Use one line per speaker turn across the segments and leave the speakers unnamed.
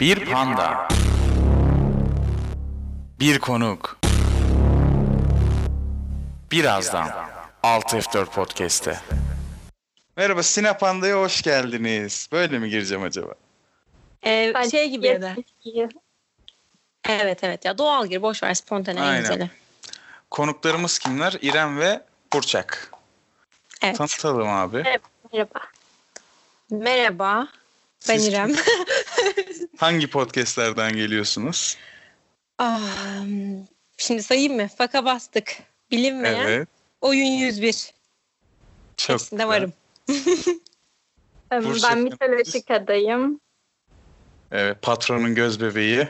Bir panda. Bir konuk. Birazdan. 6F4 Podcast'te. Merhaba Sinapanda'ya hoş geldiniz. Böyle mi gireceğim acaba?
Ee,
Bence
şey gibi ya da.
Yetkiyi.
Evet evet ya doğal gir boş ver spontane en
Aynen.
güzeli.
Konuklarımız kimler? İrem ve Burçak.
Evet.
Tanıtalım abi.
Merhaba.
Merhaba ben
Siz
İrem.
Hangi podcastlerden geliyorsunuz?
Ah, şimdi sayayım mı? Faka bastık. Bilinmeyen
Evet.
oyun 101.
Çok
Hepsinde
güzel.
varım.
Ee,
Bursa
Ben Misal
Kampüs.
Işıkada'yım.
Evet, patronun göz bebeği.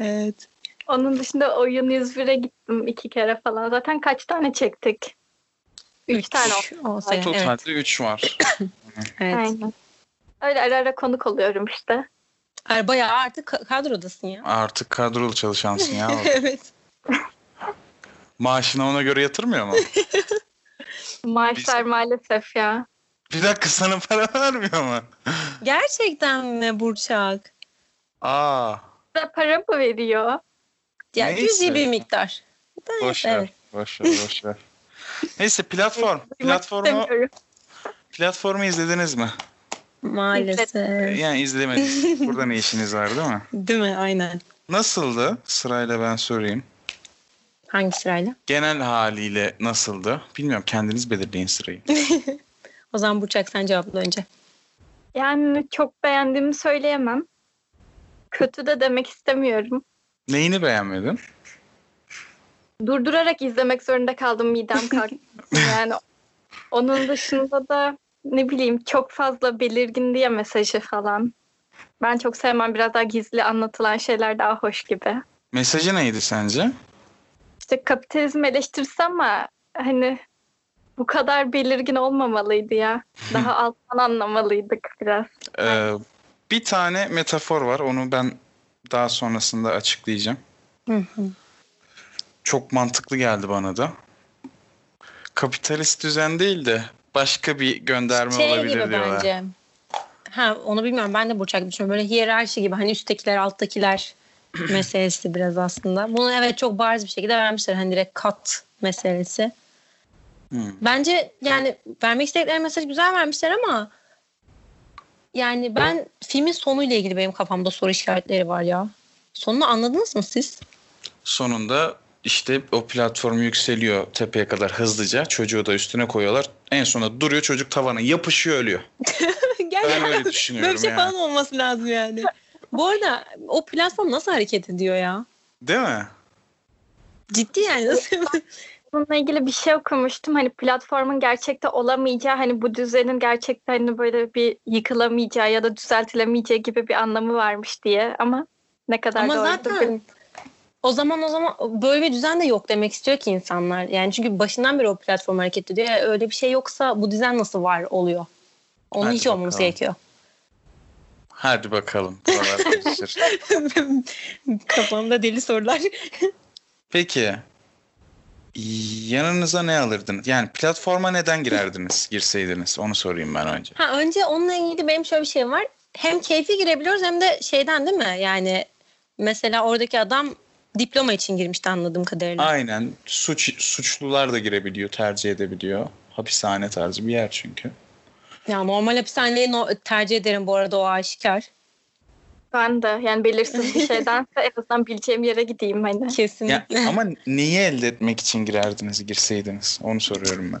Evet.
Onun dışında oyun 101'e gittim iki kere falan. Zaten kaç tane çektik? Üç, tane oldu.
olsa yani, evet.
Totalde 3 var.
evet.
Aynen. Öyle ara ara konuk oluyorum işte.
Ay, Bayağı artık ka- kadrodasın ya.
Artık kadrolu çalışansın ya.
evet.
Maaşına ona göre yatırmıyor mu?
Maaşlar
Biz-
maalesef ya.
Bir dakika sana para vermiyor mu?
Gerçekten mi Burçak?
Aa,
Bize para mı veriyor?
Ya
Neyse.
cüzi bir miktar. Evet,
boş ver,
evet.
boş ver, boş ver. Neyse platform, platformu,
İstemiyorum.
platformu izlediniz mi?
Maalesef.
Yani izlemediniz. Burada ne işiniz var değil mi?
Değil mi? Aynen.
Nasıldı? Sırayla ben sorayım.
Hangi sırayla?
Genel haliyle nasıldı? Bilmiyorum kendiniz belirleyin sırayı.
O zaman Burçak sen cevapla önce.
Yani çok beğendiğimi söyleyemem. Kötü de demek istemiyorum.
Neyini beğenmedin?
Durdurarak izlemek zorunda kaldım midem kalktı. yani onun dışında da ne bileyim çok fazla belirgin diye mesajı falan. Ben çok sevmem biraz daha gizli anlatılan şeyler daha hoş gibi.
Mesajı neydi sence?
İşte kapitalizm eleştirisi ama hani bu kadar belirgin olmamalıydı ya. Daha alttan anlamalıydık biraz.
Ee, bir tane metafor var. Onu ben daha sonrasında açıklayacağım.
Hı hı.
Çok mantıklı geldi bana da. Kapitalist düzen değil de başka bir gönderme
Şey
olabilir diyorlar.
Ha onu bilmiyorum ben de Burçak düşünüyorum. Böyle hiyerarşi gibi hani üsttekiler alttakiler meselesi biraz aslında. Bunu evet çok bariz bir şekilde vermişler. Hani direkt kat meselesi.
Hmm.
Bence yani vermek istedikleri mesaj güzel vermişler ama yani ben filmin sonuyla ilgili benim kafamda soru işaretleri var ya. Sonunu anladınız mı siz?
Sonunda işte o platform yükseliyor tepeye kadar hızlıca. Çocuğu da üstüne koyuyorlar. En sonunda duruyor çocuk tavana yapışıyor ölüyor. Ben
Gerçekten
öyle
böyle bir
düşünüyorum
şey
yani.
falan olması lazım yani. Bu arada o platform nasıl hareket ediyor ya?
Değil mi?
Ciddi yani nasıl?
Bununla ilgili bir şey okumuştum. Hani platformun gerçekte olamayacağı, hani bu düzenin gerçekten hani böyle bir yıkılamayacağı ya da düzeltilemeyeceği gibi bir anlamı varmış diye. Ama ne kadar
Ama
doğrudur
zaten o zaman o zaman böyle bir düzen de yok demek istiyor ki insanlar. Yani çünkü başından beri o platform hareket ediyor. E, Öyle bir şey yoksa bu düzen nasıl var oluyor? Onun
Hadi
hiç olmaması
bakalım.
gerekiyor.
Hadi bakalım. Buralar karışır.
Kafamda deli sorular.
Peki yanınıza ne alırdınız? Yani platforma neden girerdiniz, girseydiniz? Onu sorayım ben önce.
Ha önce onunla ilgili benim şöyle bir şeyim var. Hem keyfi girebiliyoruz hem de şeyden değil mi? Yani mesela oradaki adam diploma için girmişti anladığım kadarıyla.
Aynen. Suç suçlular da girebiliyor, tercih edebiliyor. Hapishane tarzı bir yer çünkü.
Ya normal hapishaneyi no- tercih ederim bu arada o aşikar.
Ben de yani belirsiz bir şeydense en azından bileceğim yere gideyim hani.
Ya,
Kesinlikle.
ama neyi elde etmek için girerdiniz, girseydiniz? Onu soruyorum ben.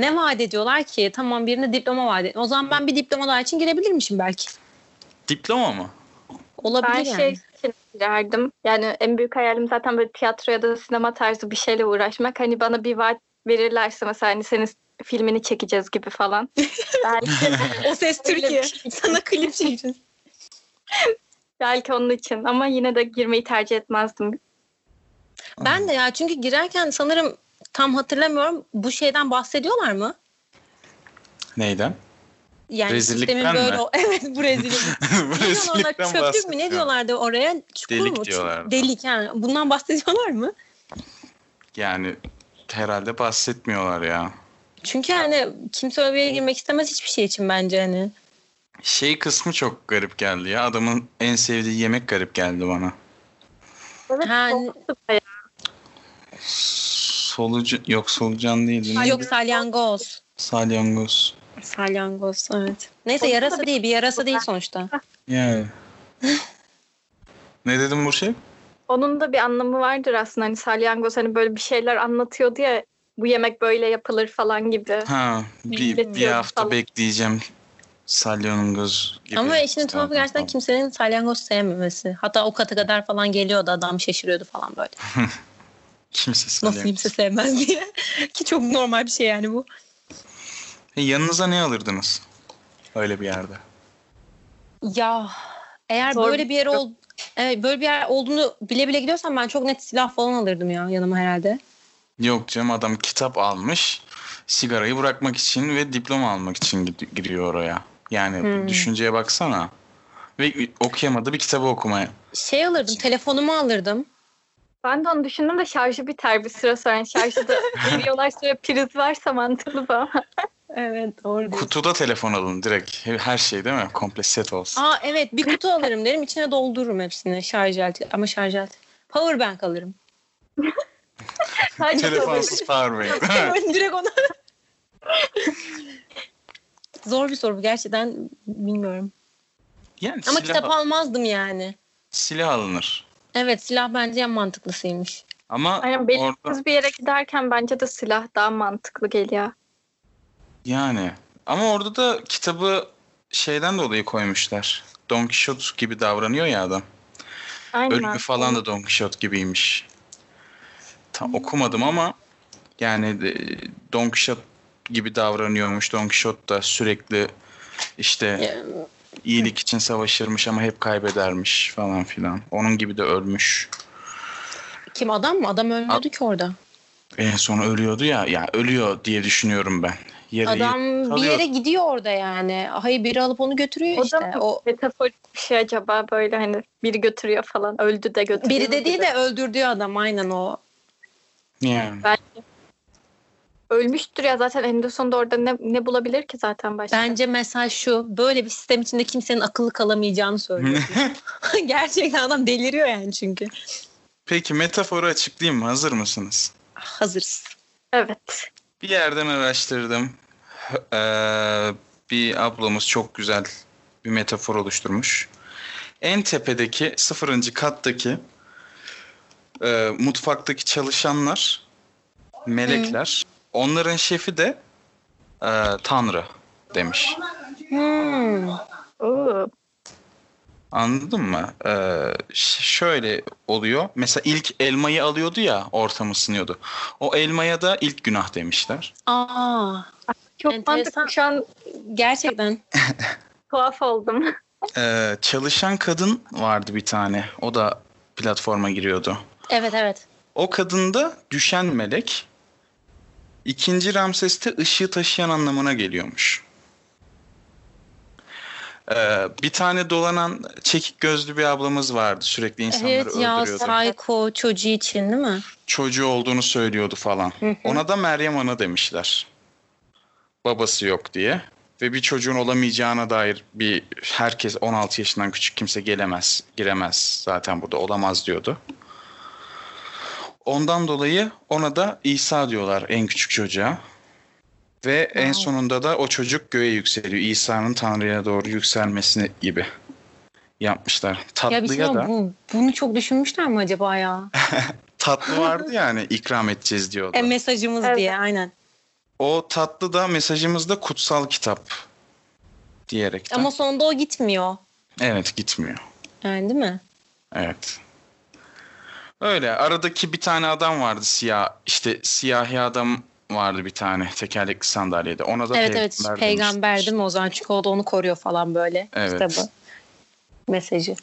Ne vaat ediyorlar ki? Tamam birine diploma vaat ediyor. O zaman ben bir diploma daha için girebilirmişim belki.
Diploma mı?
Olabilir
Ben
yani.
şey için girerdim. Yani en büyük hayalim zaten böyle tiyatro ya da sinema tarzı bir şeyle uğraşmak. Hani bana bir vaat verirlerse mesela hani senin filmini çekeceğiz gibi falan. belki,
O ses Türkiye. Sana klip çekeceğiz.
belki onun için ama yine de girmeyi tercih etmezdim.
Ben de ya çünkü girerken sanırım tam hatırlamıyorum bu şeyden bahsediyorlar mı?
Neyden?
Yani
Rezillikten
sistemin böyle
mi?
o- evet bu rezillik.
Bu
ne diyorlar ona
rezillikten
çöplük mü ne
bahsediyorum.
diyorlardı oraya? Çukur
Delik
mu?
diyorlardı.
Delik yani. Bundan bahsediyorlar mı?
Yani herhalde bahsetmiyorlar ya.
Çünkü hani kimse övgüye girmek istemez hiçbir şey için bence hani.
Şey kısmı çok garip geldi ya. Adamın en sevdiği yemek garip geldi bana.
Evet,
Ha,
korktu bayağı.
Solucu yok solucan değil.
Ay,
Ne?
Yok salyangoz.
Salyangoz.
Salyangoz evet. Neyse yarasa değil bir yarasa değil sonuçta.
Yani. ne dedim şey? Burçay?
Onun da bir anlamı vardır aslında. Hani salyangoz hani böyle bir şeyler anlatıyordu ya. Bu yemek böyle yapılır falan gibi.
Ha, bir, bir
Bekletiyorum
hafta
falan.
bekleyeceğim. Salyangoz gibi.
Ama işin tuhafı
Tamam,
gerçekten
tamam.
kimsenin salyangoz sevmemesi. Hatta o kata kadar falan geliyordu adam şaşırıyordu falan böyle.
kimse salyangoz.
Nasıl kimse sevmez diye. Ki çok normal bir şey yani bu.
E, Yanınıza ne alırdınız? Öyle bir yerde.
Ya eğer
Zor
böyle bir yer ol evet, böyle bir yer olduğunu bile bile gidiyorsam ben çok net silah falan alırdım ya yanıma herhalde.
Yok canım adam kitap almış. Sigarayı bırakmak için ve diploma almak için gid- giriyor oraya. Yani
Hmm.
düşünceye baksana. Ve okuyamadı bir kitabı okumaya.
Şey alırdım telefonumu alırdım.
Ben de onu düşündüm de şarjı biter bir süre sonra. Yani şarjı da veriyorlar sonra priz varsa mantıklı da.
Evet doğru
Kutuda telefon alın direkt. He- Her şey değil mi? Komple set olsun.
Aa evet bir kutu alırım derim içine doldururum hepsini şarj aleti ama şarj aleti. Power bank alırım.
Sadece
Telefonsuz powerbank değil mi?
Hemen direkt onu. Zor bir soru bu, gerçekten bilmiyorum.
Yani
Ama
silah,
kitap almazdım yani.
silah alınır.
Evet silah bence en mantıklısıymış.
Ama
Aynen
orada
belirsiz bir yere giderken bence de silah daha mantıklı geliyor.
yani ama orada da kitabı şeyden dolayı koymuşlar. Don Quixote gibi davranıyor ya adam.
Aynen.
Ölümü falan da Don Quixote gibiymiş. Tam okumadım ama yani e, Don Quixote gibi davranıyormuş. Don Quixote da sürekli işte
Ya,
iyilik için savaşırmış ama hep kaybedermiş falan filan. Onun gibi de ölmüş.
Kim adam mı? Adam ölmüyordu ki orada.
En son ölüyordu ya. Ya ölüyor diye düşünüyorum ben. Yere
Adam bir
kalıyor.
yere gidiyor orada yani. Hayır biri alıp onu götürüyor
O da
işte.
mı?
O
Metaforik bir şey acaba böyle hani biri götürüyor falan öldü de götürüyor.
biri dediği de öldürdüğü adam aynen o.
Yani.
Ölmüştür ya zaten en sonunda orada ne, ne bulabilir ki zaten başka?
Bence mesaj şu. Böyle bir sistem içinde kimsenin akıllı kalamayacağını söylüyor. Gerçekten adam deliriyor yani çünkü.
Peki metaforu açıklayayım mı? Hazır mısınız?
Hazırız.
Evet.
Bir yerden araştırdım. Ee, bir ablamız çok güzel bir metafor oluşturmuş. En tepedeki sıfırıncı kattaki e, mutfaktaki çalışanlar melekler. Onların şefi de e, Tanrı demiş.
Hmm.
Oo.
Anladın mı? Ee, ş- şöyle oluyor. Mesela ilk elmayı alıyordu ya ortam ısınıyordu. O elmaya da ilk günah demişler.
Aa,
Çok
Enteresan.
mantıklı şu an
gerçekten.
tuhaf oldum.
Ee, çalışan kadın vardı bir tane. O da platforma giriyordu.
Evet evet.
O kadın da düşen melek. İkinci Ramses'te ışığı taşıyan anlamına geliyormuş. Ee, bir tane dolanan çekik gözlü bir ablamız vardı. Sürekli insanları
evet ya
öldürüyordu.
psycho çocuğu için değil mi?
çocuğu olduğunu söylüyordu falan.
Hı hı.
Ona da Meryem Ana demişler. Babası yok diye. Ve bir çocuğun olamayacağına dair bir herkes 16 yaşından küçük kimse gelemez, giremez zaten burada olamaz diyordu. Ondan dolayı ona da İsa diyorlar en küçük çocuğa. Ve en
Wow.
sonunda da o çocuk göğe yükseliyor. İsa'nın Tanrı'ya doğru yükselmesini gibi yapmışlar.
Ya bir şey
Tatlıya da
ama bu, bunu çok düşünmüşler mi acaba ya?
tatlı vardı yani ikram edeceğiz diyordu.
E, mesajımız
Evet.
diye aynen.
O tatlı da mesajımızda kutsal kitap diyerek.
Ama sonunda o gitmiyor.
Evet gitmiyor.
Yani değil mi?
Evet. Öyle aradaki bir tane adam vardı siyah işte siyahi adam vardı bir tane tekerlekli sandalyede. Ona da
Evet evet
demişler.
peygamber değil mi o zaman çünkü o da onu koruyor falan böyle
Evet.
kitabı mesajı.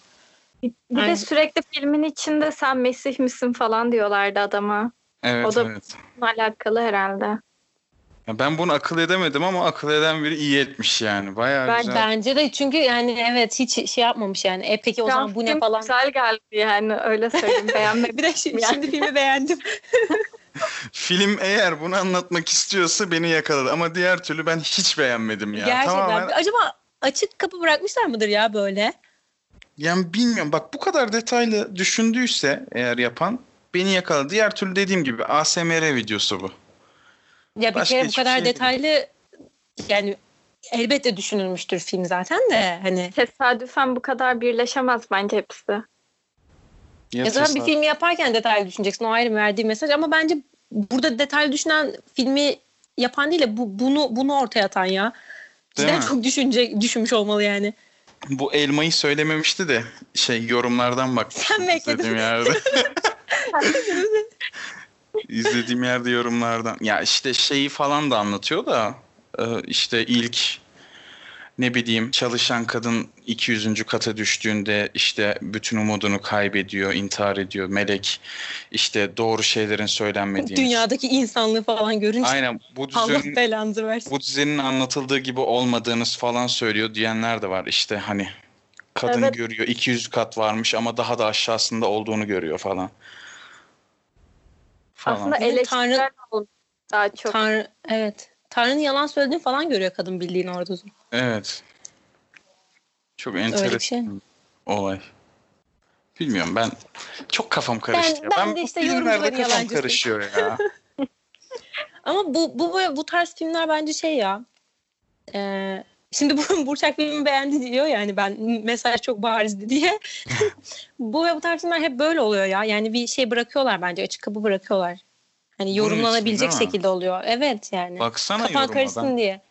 Bir
Aynen.
de sürekli filmin içinde sen Mesih misin falan diyorlardı adama.
Evet
O da-
evet.
Bununla alakalı herhalde.
Ya ben bunu akıl edemedim ama akıl eden biri iyi etmiş yani. Bayağı
Ben-
güzel.
Bence de çünkü yani evet hiç şey yapmamış yani. E peki o zaman bu
Film
ne falan.
Güzel geldi yani öyle söyleyeyim beğenmedim.
Bir de şi-
Yani.
şimdi filmi beğendim.
Film eğer bunu anlatmak istiyorsa beni yakaladı ama diğer türlü ben hiç beğenmedim ya.
Gerçekten.
Tamamen
Acaba açık kapı bırakmışlar mıdır ya böyle?
Yani bilmiyorum bak bu kadar detaylı düşündüyse eğer yapan beni yakaladı. Diğer türlü dediğim gibi ASMR videosu
E
bu.
Ya bir
Başka
kere bu
hiçbir
kadar
şey değil.
detaylı yani elbette düşünülmüştür film zaten de hani.
Tesadüfen bu kadar birleşemez bence hepsi.
Ya
Ya zaten bir
tesadüf.
filmi yaparken detaylı düşüneceksin. O ayrı verdiği mesaj ama bence burada detaylı düşünen filmi yapan değil de bu, bunu bunu ortaya atan ya.
Değil
Cidden
mi?
çok düşünce düşünmüş olmalı yani.
Bu elmayı söylememişti de şey yorumlardan bak.
Sen bekledin.
İzlediğim yerde. İzlediğim yerde yorumlardan. Ya işte şeyi falan da anlatıyor da e, işte ilk ne bileyim çalışan kadın 200. kata düştüğünde işte bütün umudunu kaybediyor, intihar ediyor. Melek işte doğru şeylerin söylenmediğini.
Dünyadaki insanlığı falan görünce
Aynen bu
Allah
düzenin
belanızı versin.
bu düzenin anlatıldığı gibi olmadığınız falan söylüyor diyenler de var. İşte hani kadın
Evet.
görüyor 200 kat varmış ama daha da aşağısında olduğunu görüyor falan. Falan.
Aslında
Bizim
eleştirel
Tanrı-
olmuş daha çok.
Tanrı, evet. Tanrı'nın yalan söylediğini falan görüyor kadın bildiğin orada.
Evet. Çok
Öyle bir
enteresan
şey.
olay. Bilmiyorum ben çok kafam karıştı.
Ben-
ya.
ben de işte
bu filmlerde
yorumcuların
kafam
yalancısıyım.
karışıyor ya.
Ama bu bu bu, bu tarz filmler bence şey ya. Ee, şimdi bu Burçak filmi beğendi diyor yani ben mesaj çok barizdi diye. bu ve bu tarz filmler hep böyle oluyor ya. Yani bir şey bırakıyorlar bence açık kapı bırakıyorlar.
Bunun
Hani
için,
yorumlanabilecek
değil mi?
şekilde oluyor. Evet yani.
Baksana
Kafan
yoruma ben
karışsın diye.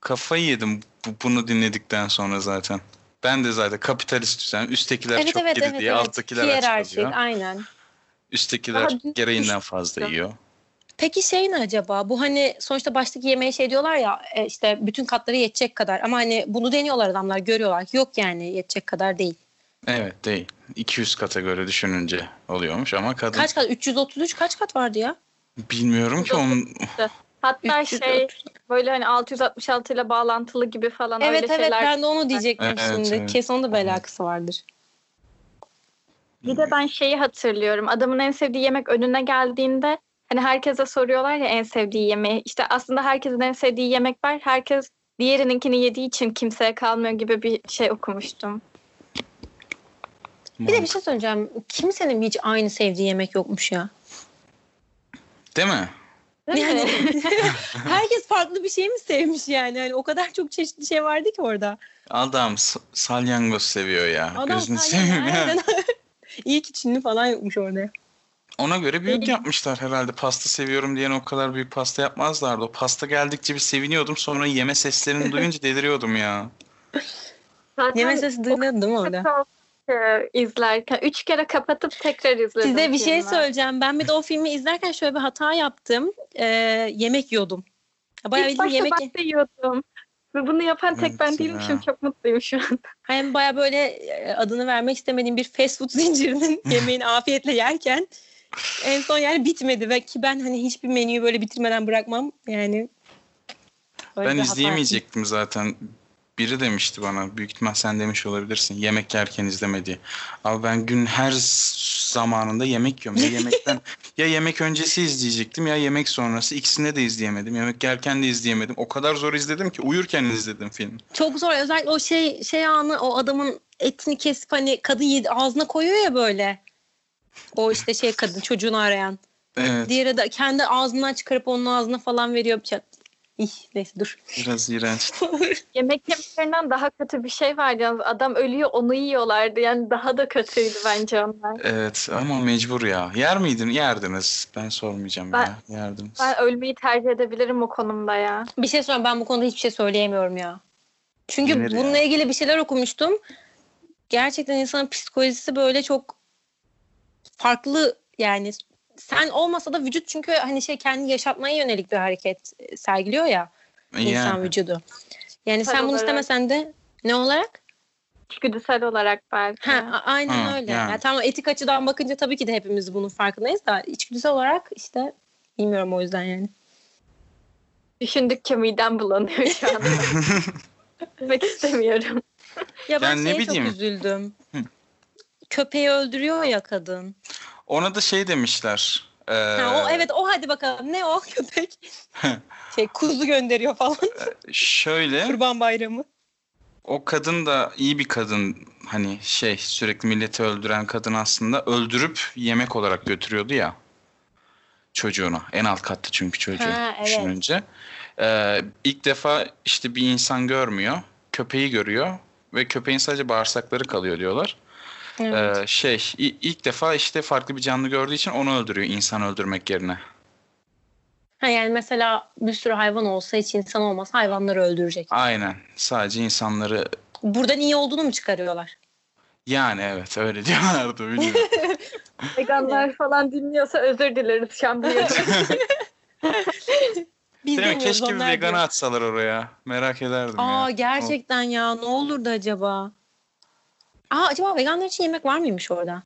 kafayı yedim bu- bunu dinledikten sonra zaten. Ben de zaten kapitalist düzen üsttekiler
evet
çok
evet
yedi
evet.
diye
evet.
alttakiler aç
Hiyerarşik,
kalıyor.
aynen.
Üsttekiler
Daha dün-
gereğinden fazla yiyor.
Peki şey ne acaba? Bu hani sonuçta baştaki yemeğe şey diyorlar ya e, işte bütün katları yetecek kadar ama hani bunu deniyorlar adamlar görüyorlar ki yok yani yetecek kadar değil.
Evet değil. 200 kategori düşününce oluyormuş ama kadın
Kaç kat? 333 kaç kat vardı ya?
bilmiyorum ki onun
Hatta
300
şey böyle hani 666 ile bağlantılı gibi falan
evet
öyle
evet
şeyler.
ben de onu diyecektim
Evet,
şimdi.
evet.
Kesin onun da bir alakası vardır.
Bir de ben şeyi hatırlıyorum. Adamın en sevdiği yemek önüne geldiğinde hani herkese soruyorlar ya en sevdiği yemeği. İşte aslında herkesin en sevdiği yemek var. Herkes diğerininkini yediği için kimseye kalmıyor gibi bir şey okumuştum.
Bir de bir şey söyleyeceğim. Kimsenin hiç aynı sevdiği yemek yokmuş ya.
Değil mi?
Değil mi?
Yani herkes farklı bir şey mi sevmiş yani? Hani o kadar çok çeşitli şey vardı ki orada.
Adam s- salyangoz seviyor ya.
Adam
Gözünü
sadece
seveyim ya.
nereden- İyi ki Çinli falan yokmuş orada.
Ona göre büyük yapmışlar herhalde. Pasta seviyorum diyen o kadar büyük pasta yapmazlardı. O pasta geldikçe bir seviniyordum. Sonra yeme seslerini duyunca deliriyordum ya.
Zaten
Yeme sesi duyuluyordu değil mi orada?
Çok, e, izlerken üç kere kapatıp tekrar izledim.
Size bir şey
filmi.
söyleyeceğim. Ben bir de o filmi izlerken şöyle bir hata yaptım. Ee, yemek yiyordum. Ya Bayağı
İlk
bildiğin
başta
yemek
ben de yiyordum. Ve bunu yapan tek
Evet
ben değilmişim.
ya.
Çok mutluyum şu an.
Hem baya böyle e, adını vermek istemediğim bir fast food zincirinin
Hmm.
yemeğini afiyetle yerken en son yani bitmedi ve ki ben hani hiçbir menüyü böyle bitirmeden bırakmam yani. Böyle bir
ben
hata
izleyemeyecektim zaten. Biri demişti bana. Büyük ihtimal sen demiş olabilirsin. Yemek yerken izleme diye. Abi ben gün her s- zamanında yemek yiyorum. Ya yemekten ya yemek öncesi izleyecektim ya yemek sonrası. İkisini de izleyemedim. Yemek yerken de izleyemedim. O kadar zor izledim ki uyurken izledim filmi.
yaptım. Çok zor özellikle o şey şey anı o adamın etini kesip hani kadın yedi, ağzına koyuyor ya böyle. O işte şey kadın çocuğunu arayan.
Evet.
Diğeri de kendi ağzından çıkarıp onun ağzına falan veriyor bıçak. İh, neyse dur.
Biraz iğrenç.
Yemek yemeklerinden daha kötü bir şey var yalnız. Adam ölüyor onu yiyorlardı. Yani daha da kötüydü bence onlar.
Evet ama mecbur ya. Yer miydin? Yerdiniz. Ben sormayacağım
Ben-
ya. Yerdiniz.
Ben ölmeyi tercih edebilirim o konumda ya.
bir şey söyleyeyim ben bu konuda hiçbir şey söyleyemiyorum ya. Çünkü
Yenir ya.
bununla ilgili bir şeyler okumuştum. Gerçekten insanın psikolojisi böyle çok farklı yani sen olmasa da vücut çünkü hani şey kendini yaşatmaya yönelik bir hareket e, sergiliyor ya insan
Yani.
vücudu. Yani sen
Tabii
bunu
olarak.
istemesen de ne olarak?
İçgüdüsel olarak belki.
Ha, a- aynen
Ha,
öyle.
yani.
Yani tamam etik açıdan bakınca tabii ki de hepimiz bunun farkındayız da içgüdüsel olarak işte bilmiyorum o yüzden yani.
Düşündükçe midem bulanıyor şu anda. Demek istemiyorum.
Ya ben
Yani ne
şeye
bileyim.
çok üzüldüm.
Hı.
Köpeği öldürüyor ya kadın.
Ona da şey demişler. Ee,
Ha, o evet o hadi bakalım ne o köpek? şey kuzu gönderiyor falan
Şöyle
kurban bayramı.
o kadın da iyi bir kadın hani şey sürekli milleti öldüren kadın aslında öldürüp yemek olarak götürüyordu ya çocuğuna. En alt katta çünkü çocuğu
Ha, evet.
düşününce. Ee, ilk defa işte bir insan görmüyor. Köpeği görüyor ve köpeğin sadece bağırsakları kalıyor diyorlar. Ee,
Evet.
şey i- ilk defa işte farklı bir canlı gördüğü için onu öldürüyor insan öldürmek yerine.
Ha, yani mesela bir sürü hayvan olsa hiç insan olmaz hayvanları öldürecek.
Aynen. Sadece insanları
Buradan iyi olduğunu mu çıkarıyorlar?
yani evet öyle diyorlardı biliyorum.
Veganlar falan dinliyorsa özür dileriz şu an biliyorum.
Biz
Değil mi?
demiyoruz,
Keşke bir
onlar
veganı
diyor.
atsalar oraya. Merak ederdim
Aa
ya.
gerçekten ya ne olurdu acaba? Aa acaba veganlar için yemek var mıymış orada?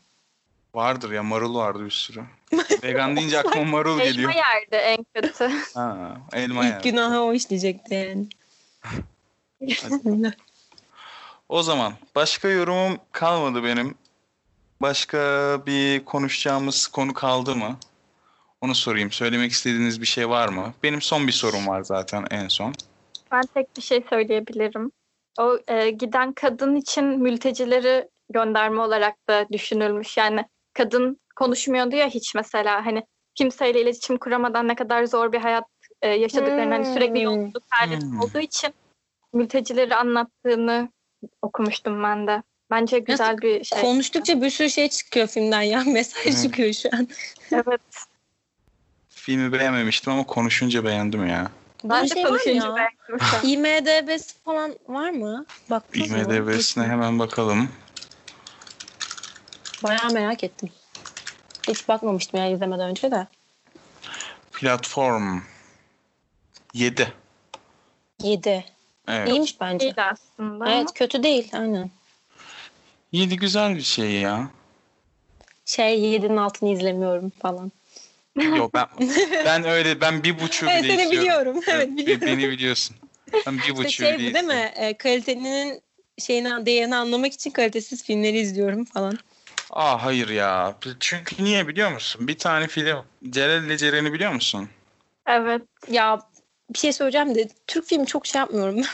Vardır ya marul vardı bir sürü. Vegan deyince aklıma marul geliyor.
Elma yerdi en kötü.
Ha, elma
İlk
yani.
günahı o işleyecekti yani.
O zaman başka yorumum kalmadı benim. Başka bir konuşacağımız konu kaldı mı? Onu sorayım. Söylemek istediğiniz bir şey var mı? Benim son bir sorum var zaten en son.
Ben tek bir şey söyleyebilirim. O e, giden kadın için mültecileri gönderme olarak da düşünülmüş. Yani kadın konuşmuyordu ya hiç mesela hani kimseyle iletişim kuramadan ne kadar zor bir hayat e, yaşadıklarını hani sürekli
Hmm.
yolculuk halinde
Hmm.
olduğu için mültecileri anlattığını okumuştum ben de. Bence güzel bir şey.
Konuştukça bir sürü şey çıkıyor filmden ya. Mesaj
Evet.
çıkıyor şu an.
evet.
Filmi beğenmemiştim ama konuşunca beğendim ya.
Böyle
Ben de
şey var mı
konuşunca
ya?
beğendim şu an.
IMDB'si falan var mı? Baktınız mı?
IMDb'sine hemen bakalım.
Bayağı merak ettim. Hiç bakmamıştım ya izlemeden önce de.
Platform 7.
7.
Evet.
İyiymiş bence.
şey Değil aslında.
Evet kötü değil aynen.
7 güzel bir şey ya.
Şey 7'nin altını izlemiyorum falan.
Yok ben ben öyle ben bir buçuğu
Evet
bile
seni
izliyorum.
biliyorum. Evet
Be-
biliyorum.
Beni biliyorsun. Ben bir buçuğu
İşte şey bu
bile
değil
izliyorum.
mi? E, kalitenin şeyini, değerini anlamak için kalitesiz filmleri izliyorum falan.
Aa Ah, hayır ya. Çünkü niye biliyor musun? Bir tane film Celal ile Ceren'i biliyor musun?
Evet.
Ya bir şey söyleyeceğim de Türk filmi çok şey yapmıyorum.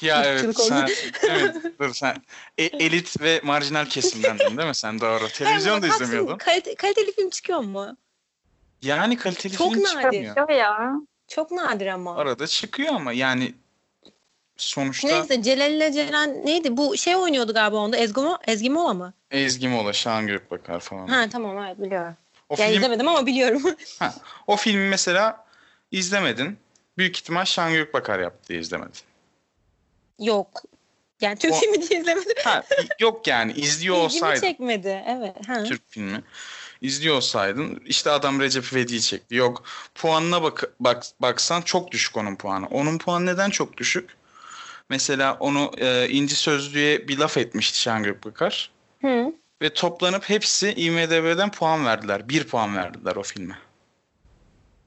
Ya evet sen,
Irkçılık
evet, dur sen e- elit ve marjinal kesimdendin değil mi sen doğru. Televizyon da
Baksın,
izlemiyordun.
kalite- kaliteli film çıkıyor mu?
Yani kaliteli
Çok
film
nadir.
çıkmıyor.
Yok ya.
Çok nadir ama.
Arada çıkıyor ama yani sonuçta
Neyse Celal ile Ceren neydi? Bu şey oynuyordu galiba onda. Ezgi, Mo- Ezgi Mola mı?
Ezgi Mola, Şahan Gökbakar falan.
Ha tamam evet biliyorum.
O
ya
film
izlemedim ama biliyorum.
O filmi mesela izlemedin. Büyük ihtimal Şahan Gökbakar yaptı diye izlemedin.
Yok. Yani Türk
O-
filmi diye izlemedim.
Ha, yok yani izliyor
İlgimi
olsaydın
çekmedi. Evet. Ha.
Türk filmi izliyor olsaydın işte adam Recep İvedik'i çekti. Yok puanına bak, bak baksan çok düşük onun puanı. Onun puanı neden çok düşük? Mesela onu e, İnci Sözlü'ye bir laf etmişti Şahan Gökbakar.
Hı.
Ve toplanıp hepsi IMDB'den puan verdiler. Bir puan verdiler o filme.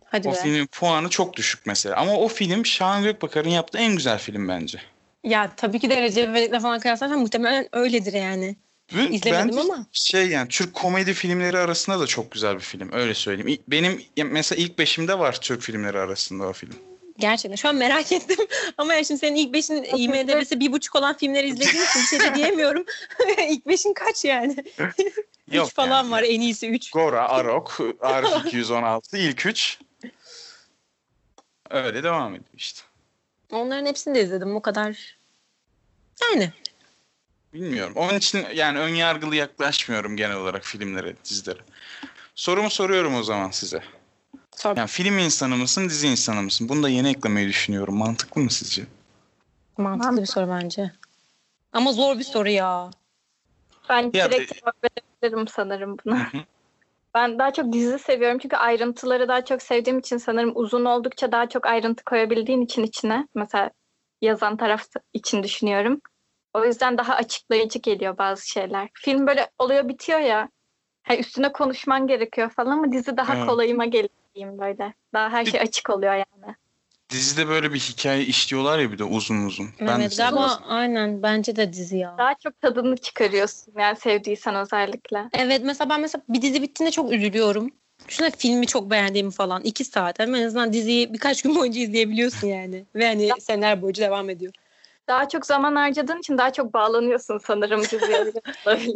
Hadi
O
be.
filmin puanı çok düşük mesela. Ama o film Şahan Gökbakar'ın yaptığı en güzel film bence.
Ya tabii ki de Recep İvedik'le falan kıyaslarsan muhtemelen öyledir yani.
Ve
İzlemedim
bence
ama.
Şey yani Türk komedi filmleri arasında da çok güzel bir film. Öyle söyleyeyim. İ- Benim ya mesela ilk beşimde var Türk filmleri arasında o film.
Gerçekten şu an merak ettim. Ama ya şimdi senin ilk beşin IMDB'si bir buçuk olan filmleri izlediğin için bir şey de diyemiyorum. ilk beşin kaç yani?
Yok
üç falan
yani.
var en iyisi üç.
Gora, Arok, Arif 216 ilk üç. Öyle devam ediyor işte.
Onların hepsini de izledim o kadar. Yani
Bilmiyorum. Onun için yani ön yargılı yaklaşmıyorum genel olarak filmlere, dizilere. Sorumu soruyorum o zaman size.
sor.
Yani film insanı mısın, dizi insanı mısın? Bunu da yeni eklemeyi düşünüyorum. Mantıklı mı sizce?
Mantıklı bir soru bence. Ama zor bir soru ya.
Ben
Ya,
direkt cevap verebilirim sanırım buna.
Hı hı.
Ben daha çok dizi seviyorum çünkü ayrıntıları daha çok sevdiğim için sanırım uzun oldukça daha çok ayrıntı koyabildiğin için içine mesela yazan taraf için düşünüyorum. O yüzden daha açıklayıcı geliyor bazı şeyler. Film böyle oluyor bitiyor ya. Ha, üstüne konuşman gerekiyor falan ama dizi daha
Evet.
kolayıma geliyor diyeyim böyle. Daha her şey açık oluyor yani.
Dizide böyle bir hikaye işliyorlar ya bir de uzun uzun. de
Evet
size-
galiba aynen bence de dizi ya.
Daha çok tadını çıkarıyorsun yani sevdiysen özellikle.
Evet mesela ben mesela bir dizi bittiğinde çok üzülüyorum. Düşünsene filmi çok beğendiğimi falan. iki saat. Ama en azından diziyi birkaç gün boyunca izleyebiliyorsun yani. Ve hani seneler boyunca devam ediyor.
daha çok zaman harcadığın için daha çok bağlanıyorsun sanırım diziye.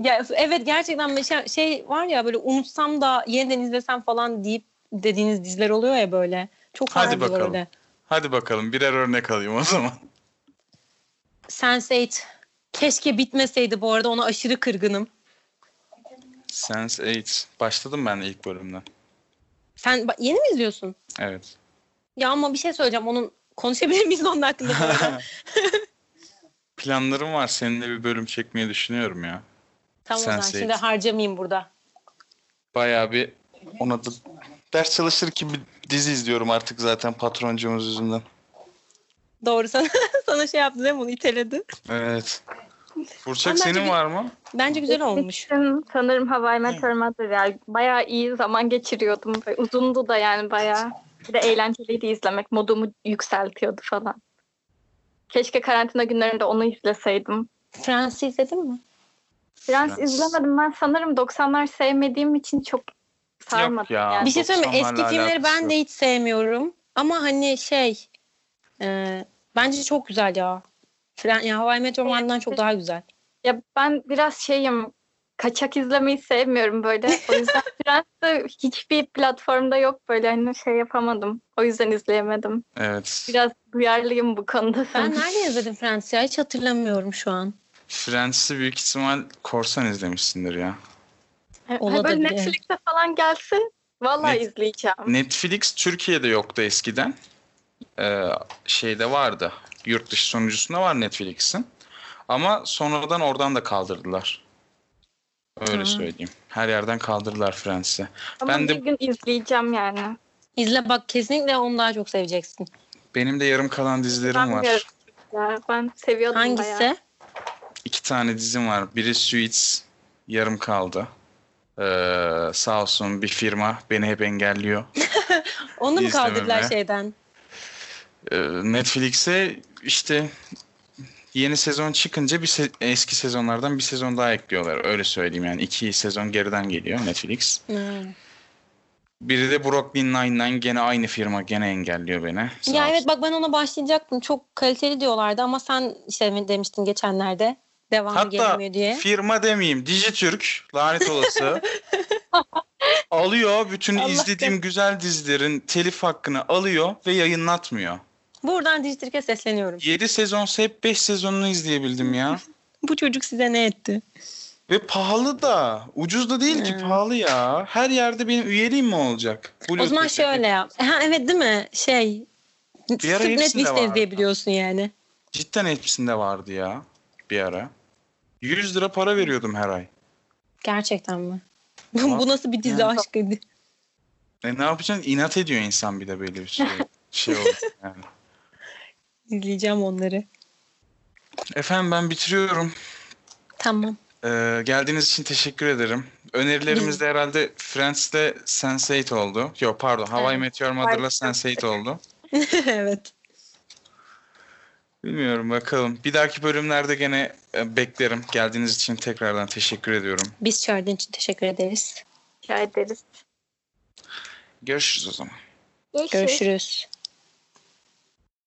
Ya, evet gerçekten meşe- şey var ya böyle unutsam da yeniden izlesem falan deyip dediğiniz diziler oluyor ya böyle. Çok
Hadi
harbi
bakalım.
öyle.
Hadi bakalım birer örnek alayım o zaman.
Sense8. Keşke bitmeseydi bu arada ona aşırı kırgınım.
Sense8. Başladım ben ilk bölümden.
Sen ba- yeni mi izliyorsun?
Evet.
Ya ama bir şey söyleyeceğim onun konuşabilir miyiz onun hakkında? bu arada?
Planlarım var. Seninle bir bölüm çekmeyi düşünüyorum ya.
tamam o zaman
Sense8.
şimdi harcamayayım burada.
Bayağı bir ona da ders çalışır ki bir dizi izliyorum artık zaten patroncumuz yüzünden.
Doğru sana, sana şey yaptı değil mi onu iteledi.
Evet. Burçak
Ama bence
senin
bir-
var mı?
Bence güzel olmuş.
Bizim sanırım Hawaii Meteor Mother yani bayağı iyi zaman geçiriyordum. Böyle Uzundu da yani bayağı. Bir de eğlenceliydi izlemek. Modumu yükseltiyordu falan. Keşke karantina günlerinde onu izleseydim.
Fransız izledin mi?
Prens
Prens.
izlemedim ben sanırım 90'lar sevmediğim için çok sarmadı.
ya.
Yani.
Bir şey söyleyeyim mi?
90'larla
Eski filmleri
alakası
ben de hiç sevmiyorum. Ama hani şey e, bence çok güzel ya. Fren, ya Hawaii Metro Man'dan çok daha güzel.
Ya ben biraz şeyim kaçak izlemeyi sevmiyorum böyle. O yüzden Prens de hiçbir platformda yok böyle hani şey yapamadım. O yüzden izleyemedim.
Evet.
Biraz duyarlıyım bu konuda.
Ben nerede izledim Friends ya? Hiç hatırlamıyorum şu an.
Friends'i büyük ihtimal korsan izlemişsindir ya.
Ha,
Olabilir.
Böyle Netflix'te falan gelse vallahi
Net-
izleyeceğim.
Netflix Türkiye'de yoktu eskiden. Ee, şeyde vardı. Yurt dışı sunucusunda var Netflix'in. Ama sonradan oradan da kaldırdılar. Öyle
Ha.
söyleyeyim. Her yerden kaldırdılar Friends'i.
Ama
Ben de-
bir gün izleyeceğim yani.
İzle bak kesinlikle onu daha çok seveceksin.
Benim de yarım kalan dizilerim
Ben
var.
biliyorum. Ya ben seviyordum bayağı.
Hangisi?
İki tane dizim var. Biri Suits yarım kaldı. Ee, sağ olsun bir firma beni hep engelliyor.
Onu mu
İzlemem
kaldırdılar
ya.
şeyden?
Ee, Netflix'e işte yeni sezon çıkınca bir se- eski sezonlardan bir sezon daha ekliyorlar. Öyle söyleyeyim yani. iki sezon geriden geliyor Netflix.
Hmm.
Biri de Brooklyn Nine-Nine gene aynı firma gene engelliyor beni. Sağ
Ya
olsun.
evet bak ben ona başlayacaktım. Çok kaliteli diyorlardı ama sen işte demiştin geçenlerde devamı
Hatta
gelmiyor diye.
firma demeyeyim. Dijitürk lanet olası. alıyor bütün
Allah
izlediğim güzel dizilerin telif hakkını alıyor ve yayınlatmıyor.
Buradan Dijitirk'e sesleniyorum.
7 sezonsa hep 5 sezonunu izleyebildim ya.
Bu çocuk size ne etti?
Ve pahalı da. Ucuz da değil ki
Hmm.
pahalı ya. Her yerde benim üyeliğim mi olacak?
O zaman
Bluetooth'teki.
şöyle yap. Ha, evet değil mi? Şey
Bir ara
Sırf
hepsinde
Netflix'te
vardı.
izleyebiliyorsun yani.
Cidden hepsinde vardı ya bir ara. 100 lira para veriyordum her ay.
Gerçekten mi?
Ama-
Bu nasıl bir dizi
Yani-
aşkıydı?
E ne yapacaksın? İnat ediyor insan bir de belli bir süre. şey oldu yani.
İzleyeceğim onları.
Efendim ben bitiriyorum.
Tamam.
Ee, geldiğiniz için teşekkür ederim. Önerilerimiz de herhalde Friends'le Sense8 oldu. Yok pardon Hawaii
Evet.
Meteor Mother'la Sense8 oldu.
evet.
Bilmiyorum bakalım. Bir dahaki bölümlerde gene e, beklerim. Geldiğiniz için tekrardan teşekkür ediyorum.
Biz çağırdığın için teşekkür ederiz.
Rica ederiz.
Görüşürüz o zaman.
şey
Görüşürüz.